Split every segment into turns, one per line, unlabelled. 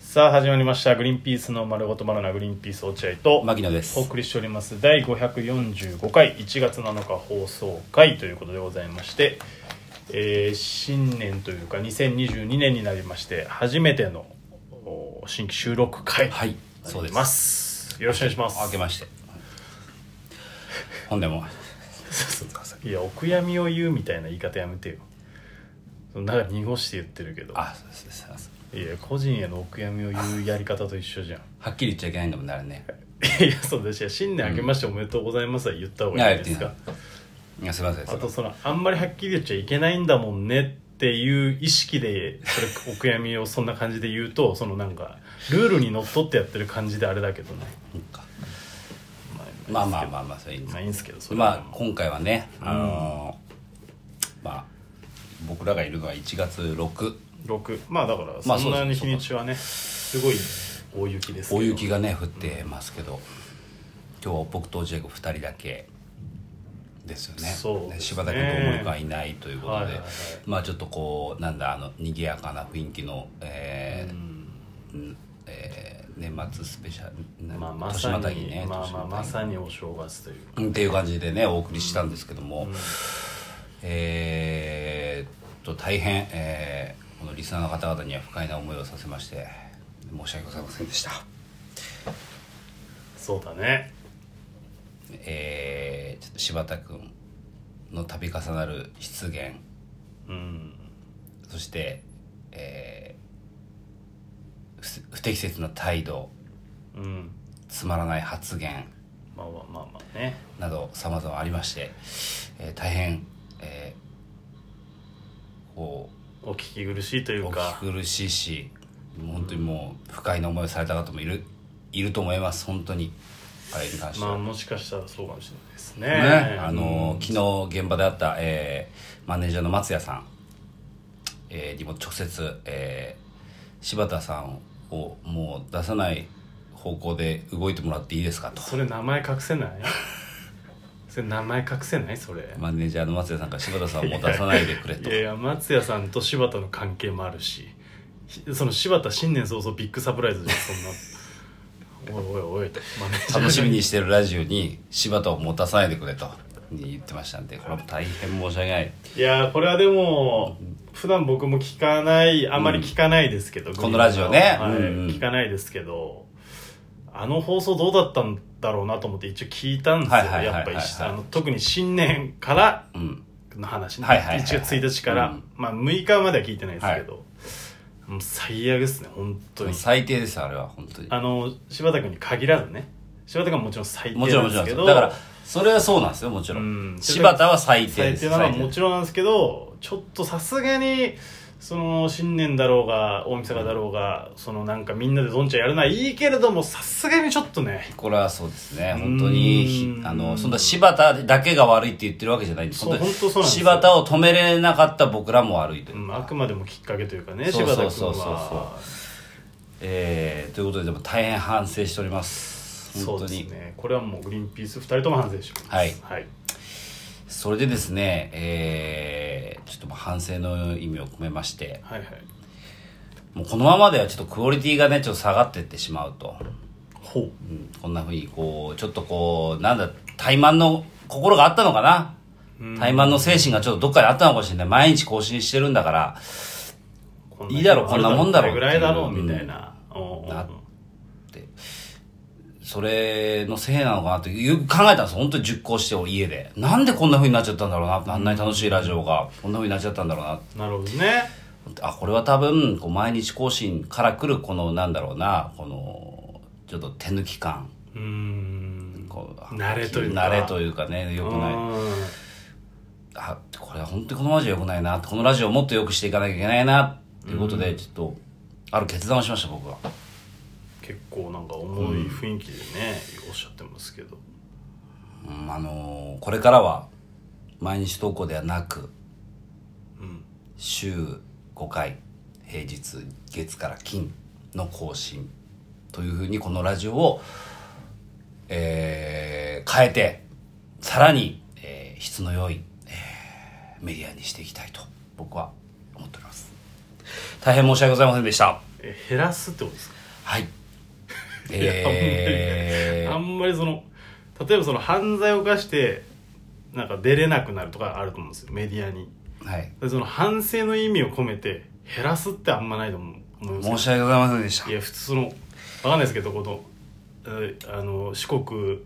さあ始まりました「グリーンピースの丸ごとバナナグリーンピース落合」と
牧野です
お送りしております第545回1月7日放送回ということでございまして、えー新年というか2022年になりまして初めてのお新規収録回
はい
になります,、よろしくお願いします
明けまして本年も
いやお悔やみを言うみたいな言い方やめてよそのなんか濁して言ってるけど
あそうですそうです
いや個人へのお悔やみを言うやり方と一緒じゃん
はっきり言っちゃいけないんだもんねあれね
いやそうですよ新年明けましておめでとうございますは言った方がいいんです
い
か
やいやすいません
あと
そ
そのあんまりはっきり言っちゃいけないんだもんねっていう意識でそれお悔やみをそんな感じで言うとそのなんかルールにのっとってやってる感じであれだけどね
のそっかま
ま
あまあまあまあそれいいん
あ
です
まあいいんですけどそれ
まあ
は
今回はねあのーまあ僕らがいるのは1月6
6まあだから
まあ
そんな
そう
に
です
日にちはねすごい大雪ですけど
大雪がね降ってますけど今日は僕と落合君2人だけですよね
そうですね
柴田君と大森君はいないということで、
はいはいはい
まあちょっとこうなんだあの賑やかな雰囲気の、えーうんえー年末スペシャル、
まあまさ
年またぎ
に、
ね
まあ
年
まあ
たぎ
まさにお正月という
うんっていう感じでねお送りしたんですけども、えーっと大変、えーこのリスナーの方々には不快な思いをさせまして申し訳ございませんでした
そうだね
えーちょっと柴田君の度重なる失言
うん
そして、えー不不適切な態度
うん
つまらない発言
まあまあまあまあね
などさまざまありまして、えー大変、えーこ
お聞き苦しいというう
お
か
聞き苦しいし本当にもう不快な思いをされた方もいるいると思います本当にあれに関して
ま
は
あ。もしかしたらそうかもしれないですね
ね、あの昨日現場であった、えーマネージャーの松谷さん、えーにも直接、えー柴田さんをもう出さない方向で動いてもらっていいですかと
それ名前 隠せないそれ名前隠せないそれ、
マネージャーの松谷さんから柴田さんをもう出さないでくれと
いやいや松谷さんと柴田の関係もあるしひその柴田新年早々ビッグサプライズじゃんそんなおいおいおいとマネージャーが
楽しみにしてるラジオに柴田を持たさないでくれと言ってましたんでこれも大変申し訳ない
いやこれはでも普段僕も聞かないあまり聞かないですけど、
このラジオね
はい
うんうん
聞かないですけどあの放送どうだったんだろうなと思って一応聞いたんですよ、
はいはいはいはいはい
やっぱ一あの特に新年から
うん
の話ね、
はいはいはいはい
1月1日から、
うん
まあ、6日までは聞いてないですけど、もう最悪ですね本当に
最低ですあれは本当に
あの柴田君に限らずね柴田君はもちろん最低
もちろん
なん
も
で
ちろ
す
んです
けど
よだからそれはそうなんですよもちろん、
うん
柴田は最低
最
です
低なのは
最低
もちろんなんですけどちょっとさすがにその新年だろうが大晦日だろうが、そのなんかみんなでどんちゃんやるのはいいけれどもさすがにちょっとね
これはそうですね本当にひ
うん
あのそんな柴田だけが悪いって言ってるわけじゃないんです
そう
本当に
本当そうなんですよ
柴田を止めれなかった僕らも悪いというう、
んあくまでもきっかけというかね
そ
柴
う
田君
そ
は
うそうそうえーということででも大変反省しております
そ
本
う
当
で
に
すねこれはもうグリーンピース2人とも反省しております
はい
はい
それでですねえーちょっともう反省の意味を込めまして
はいはい
もうこのままではちょっとクオリティがねちょっと下がってってしまうと、
ほう
うん、こんなふうにこうちょっとこうなんだ怠慢の心があったのかな怠慢の精神がちょっとどっかにあったのかもしれない毎日更新してるんだから
こん
いいだろこんなもんだろ
これぐらいだろうみたいな、おうおう
なそれのせいなのかなってよく考えたんですよ本当に熟考してお家でなんでこんな風になっちゃったんだろうなあんなに楽しいラジオがこんな風になっちゃったんだろうな
なるほどね
あこれは多分こう毎日更新から来るこのなんだろうなこのちょっと手抜き感
うーん
こう
慣れというか
慣れというかねよくない
うん
あこれは本当にこのラジオよくないなこのラジオをもっとよくしていかなきゃいけないなっていうことでちょっとある決断をしました僕は
結構なんか重い雰囲気でね、おっしゃってますけど
うんあのーこれからは毎日投稿ではなく
うん
週5回平日月から金の更新というふうにこのラジオを、えー変えてさらに、えー質の良い、えーメディアにしていきたいと僕は思っております大変申し訳ございませんでした
え減らすってことですか
はい
い
え
やあ
ー、
んまりその例えばその犯罪を犯してなんか出れなくなるとかあると思うんですよメディアに
はい
でその反省の意味を込めて減らすってあんまないと思う思います
申し訳ございませんでした
いや普通そのわかんないですけどこのえーあの四国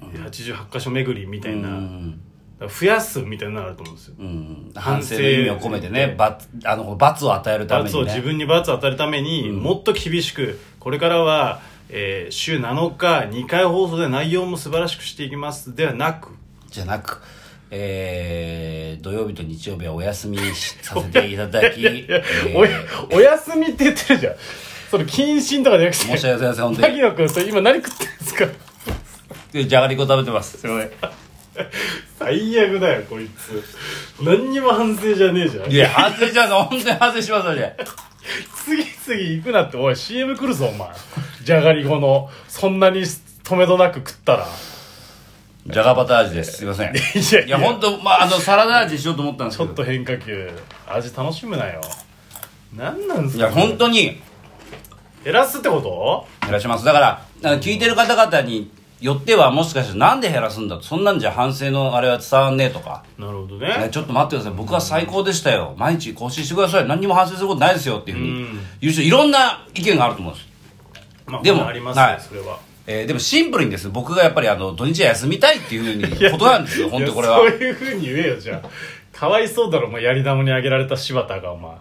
88箇所巡りみたいな、
う
だ
ん
から増やすみたいなのがあると思うんですよ
うん、反省の意味を込めてね罰あの罰を与えるため
罰
に
を
ね
自分に罰を与えるために、
うん
もっと厳しくこれからは、えー週7日2回放送で内容も素晴らしくしていきますではなく
じゃなく、えー、土曜日と日曜日はお休みしさせていただ き、えー
おやお休みって言ってるじゃんそれ謹慎とかじゃなく
申して訳ございません本当
萩野君それ今何食ってんですか
にじゃがりこ食べてますすいま
最悪だよこいつ何にも反省じゃねえじゃん
せんいや反省します本当に反省しますので
次々行くなっておい CM 来るぞお前じゃがりこのそんなに止めどなく食ったら
じゃがバター味ですすいませんい
やいや
本当まああのサラダ味しようと思ったんです
ち
け
ょ
ど
っと変化球味楽しむなよ何なんす
い
か
や本当に
減らすってこと
減らしますだからあの聞いてる方々によってはもしかしてなんで減らすんだとそんなんじゃ反省のあれは伝わんねえとか
なるほど
ね
ね
ちょっと待ってください僕は最高でしたよ毎日更新してください何にも反省することないですよっていうふう
うん
に言う人いろんな意見があると思うんです、
まあ
でも
あります
は
ね
い
それは
えーでもシンプルにです僕がやっぱりあの土日は休みたいっていう ふうにことなんですよ本当にこれはい
やそういうふうに言えよじゃあかわいそうだろお前やり玉にあげられた柴田がお前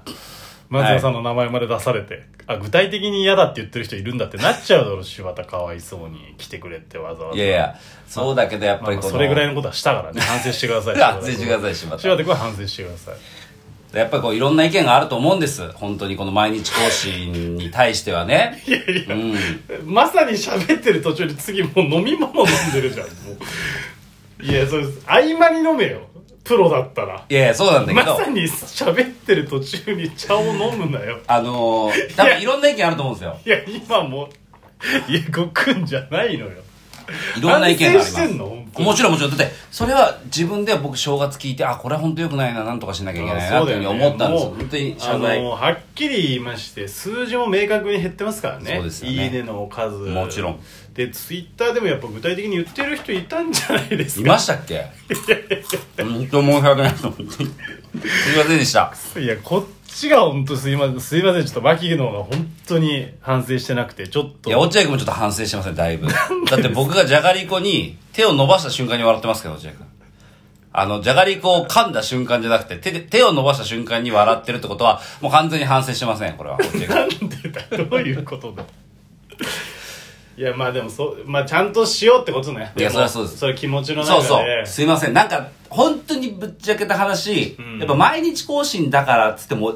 松田さんの名前まで出されて、あ具体的に嫌だって言ってる人いるんだってなっちゃうだろ柴田かわいそうに来てくれってわざわ
い
ざ
やいやそうだけどやっぱ
まあ
り
まあ
この、
それぐらいのことはしたか らね反省してください
反省してください柴
柴
田
田君は反省してください
やっぱりこういろんな意見があると思うんです本当にこの毎日更新に対してはね
いやいや、
うん
まさに喋ってる途中に次もう飲み物飲んでるじゃんもういやそれ合間に飲めよプロだったら
いやいやそうなんだけ
ま
ど、
さに喋ってる途中に茶を飲むなよ
あのー多分いろんな意見あると思うんですよ
いや今もういやごくんじゃないのよ
いろんな意見があり
反省してんの本
ます
当に
もちろんもちろんだってそれは自分では僕正月聞いてあこれは本当良くないななんとかしなきゃいけないなっていうふうに思ったんですよ
もう
本当に
あ
謝罪
のはっきり言いまして数字も明確に減ってますからね
そうですよね
いいねの数
もちろん
でツイッターでもやっぱ具体的に言ってる人いたんじゃないです
い
か
ましたっ け本当申し訳ないと思ってすいませんでした
いやこっちが本当すいませんすいませんちょっと牧野が本当に反省してなくてちょっと
いや落合君もちょっと反省してますねだいぶだって僕がじゃがりこに手を伸ばした瞬間に笑ってますけど落合君あのじゃがりこを噛んだ瞬間じゃなくて手で手を伸ばした瞬間に笑ってるってことはもう完全に反省してませんこれは落合君
なんでだどういうことだいやまあでもそう、まあ、ちゃんとしようってことね
いや
も
そりゃそうです
それ気持ちの中
そ
で
うそう。すいません。なんか、本当にぶっちゃけた話、
ん
やっぱ毎日更新だからっつっても、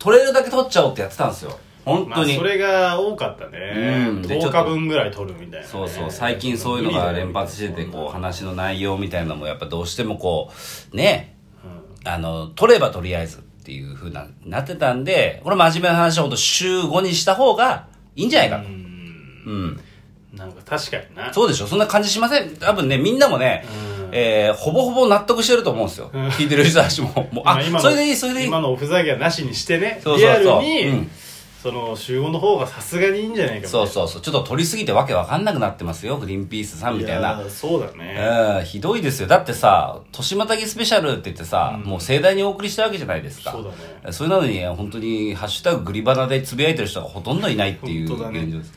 取れるだけ取っちゃおうってやってたんですよ。本
ま
当
あ、
に。
それが多かったね、
うんでちょ
10
っと
日分ぐらい取るみたいなね、
そうそう。最近そういうのが連発してて、
無理だ
こ
よ
う、話の内容みたいなのも、やっぱどうしてもこう、ね、あの、取ればとりあえずっていう風な、なってたんで、これ真面目な話は本当週5にした方がいいんじゃないかと。うん。
なんか確かにな
そうでしょそんな感じしません多分ね、みんなもね、えーほぼほぼ納得してると思うんですよ。聞いてる人たちも。もう
ま
あ、
今の
それでいい、それでいい。
今のおふざけはなしにしてね
そうそうそう
リアルに、
うん
その集合の方がさすがにいいんじゃないか
そうそうそう。ちょっと取りすぎてわけわかんなくなってますよ、グリーンピースさんみたい
い
な。
やそうだね、
うん、ひどいですよ。だってさ、年またぎスペシャルって言ってさ、もう盛大にお送りしたわけじゃないですか。
そうだ
ね。それなのに、本当に、ハッシュタググリバナでつぶやいてる人がほとんどいないっていう
本当だね
現状です。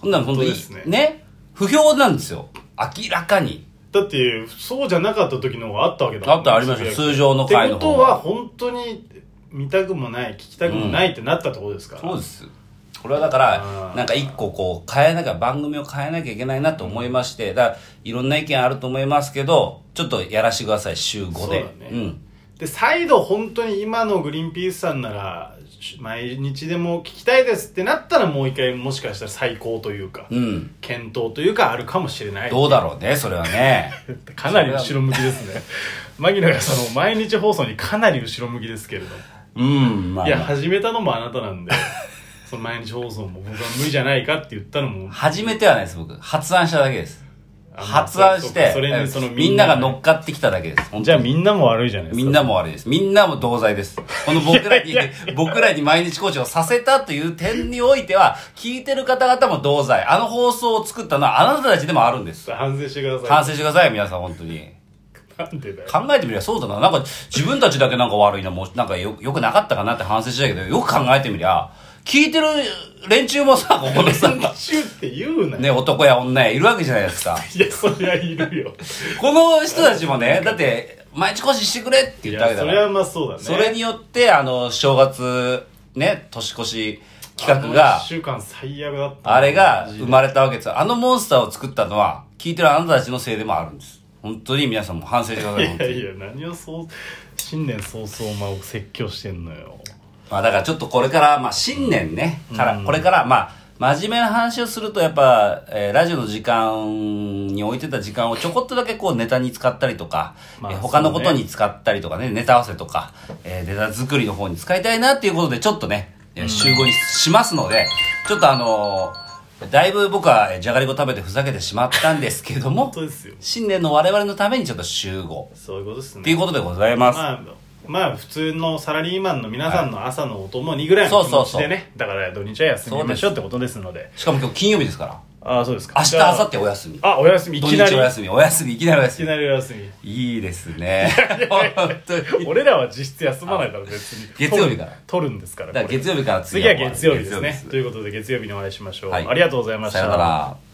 こんなん本当に、
本当ですね
ね、不評なんですよ。明らかに。
だってそうじゃなかった時の方があったわけだもん
あったありましたよ通常の
って
回
こ
の
と
方
は
が
本当に見たくもない聞きたくもないってなったところですから、
そうですこれはだから
あー
なんか一個こう変えなきゃ番組を変えなきゃいけないなと思いましてだからいろんな意見あると思いますけどちょっとやらしてください週5で
そうだね
ん、
で再度本当に今のグリーンピースさんならし毎日でも聞きたいですってなったらもう一回もしかしたら最高というか、
うん、
検討というかあるかもしれない
どうだろうねそれは ね
かなり後ろ向きです ね牧野がその毎日放送にかなり後ろ向きですけれども
うんまあ、
いや
まあ、
始めたのもあなたなんで その毎日放送も僕は無理じゃないかって言ったのも
初めてはないです僕発案しただけです
あ
発案し
そう
て
かそれにその
みんなが乗っかってきただけです
じゃあみんなも悪いじゃないですか
みんなもあれです。みんなも同罪です。この僕らに
いやいやい、
僕らに毎日講師をさせたという点においては、聞いてる方々も同罪。あの放送を作ったのはあなたたちでもあるんです。
反省してくださ
反省してください、皆さん、本当に。
いなんでだよ
考えてみりゃそうだな。なんか、自分たちだけなんか悪いな、もう、なんかよ、よくなかったかなって反省したけど、よく考えてみりゃ、聞いてる連中もさ、ここで さ、
シュって言うなよ
ね、男や女やいるわけじゃないですか。
いやそりゃいる よ
この人たちもね、だって、毎日講師してくれって
い
言ったわ
や
けだ
そ
か
れ
ら。
はまあそうだね
それによって、あの、正月、ね、年越し企画
あの
が
一、週間最悪だった
あれが
マジで
生まれたわけです。あのモンスターを作ったのは、聞いてるあなたたちのせいでもあるんです。本当に皆さんも反省してください。本
い
当
や
に
いや何をそう新年早々お前を説教してんのよ
まあだからちょっとこれから、まあ新年ね、から、これから、まあ、真面目な話をするとやっぱ、えーラジオの時間に置いてた時間をちょこっとだけこうネタに使ったりとか、
まあ
えー他の
そう
こ
ね
とに使ったりとかね、ネタ合わせとか、えーネタ作りの方に使いたいなっていうことでちょっとね、えー集合にしますので、ちょっとあのーだいぶ僕はえーじゃがりこ食べてふざけてしまったんですけども
本当、ですよ
新年の我々のためにちょっと集合
そういうことですね
っていうことでございます。
まあまあ普通のサラリーマンの皆さんの朝のお供にぐらい
そ
の気
うそう
持
そう
ちでねだから土日は休みましょうってことですので
しかも今日金曜日ですから、
ああそうですか
明日、
じ
明
ゃあ
後日お休み。
あお休みい
土
き
日
なりい
お休み、お休み、いきなりお休
き
み。
なりお休み
いいですね。本当に。
俺らは実質休まないから別に
月曜日から
取るんですから
だから
これ
月曜日から
次は月曜日ですね
月曜日
ということで月曜日にお会いしましょう、
はい
ありがとうございまし
さよなら。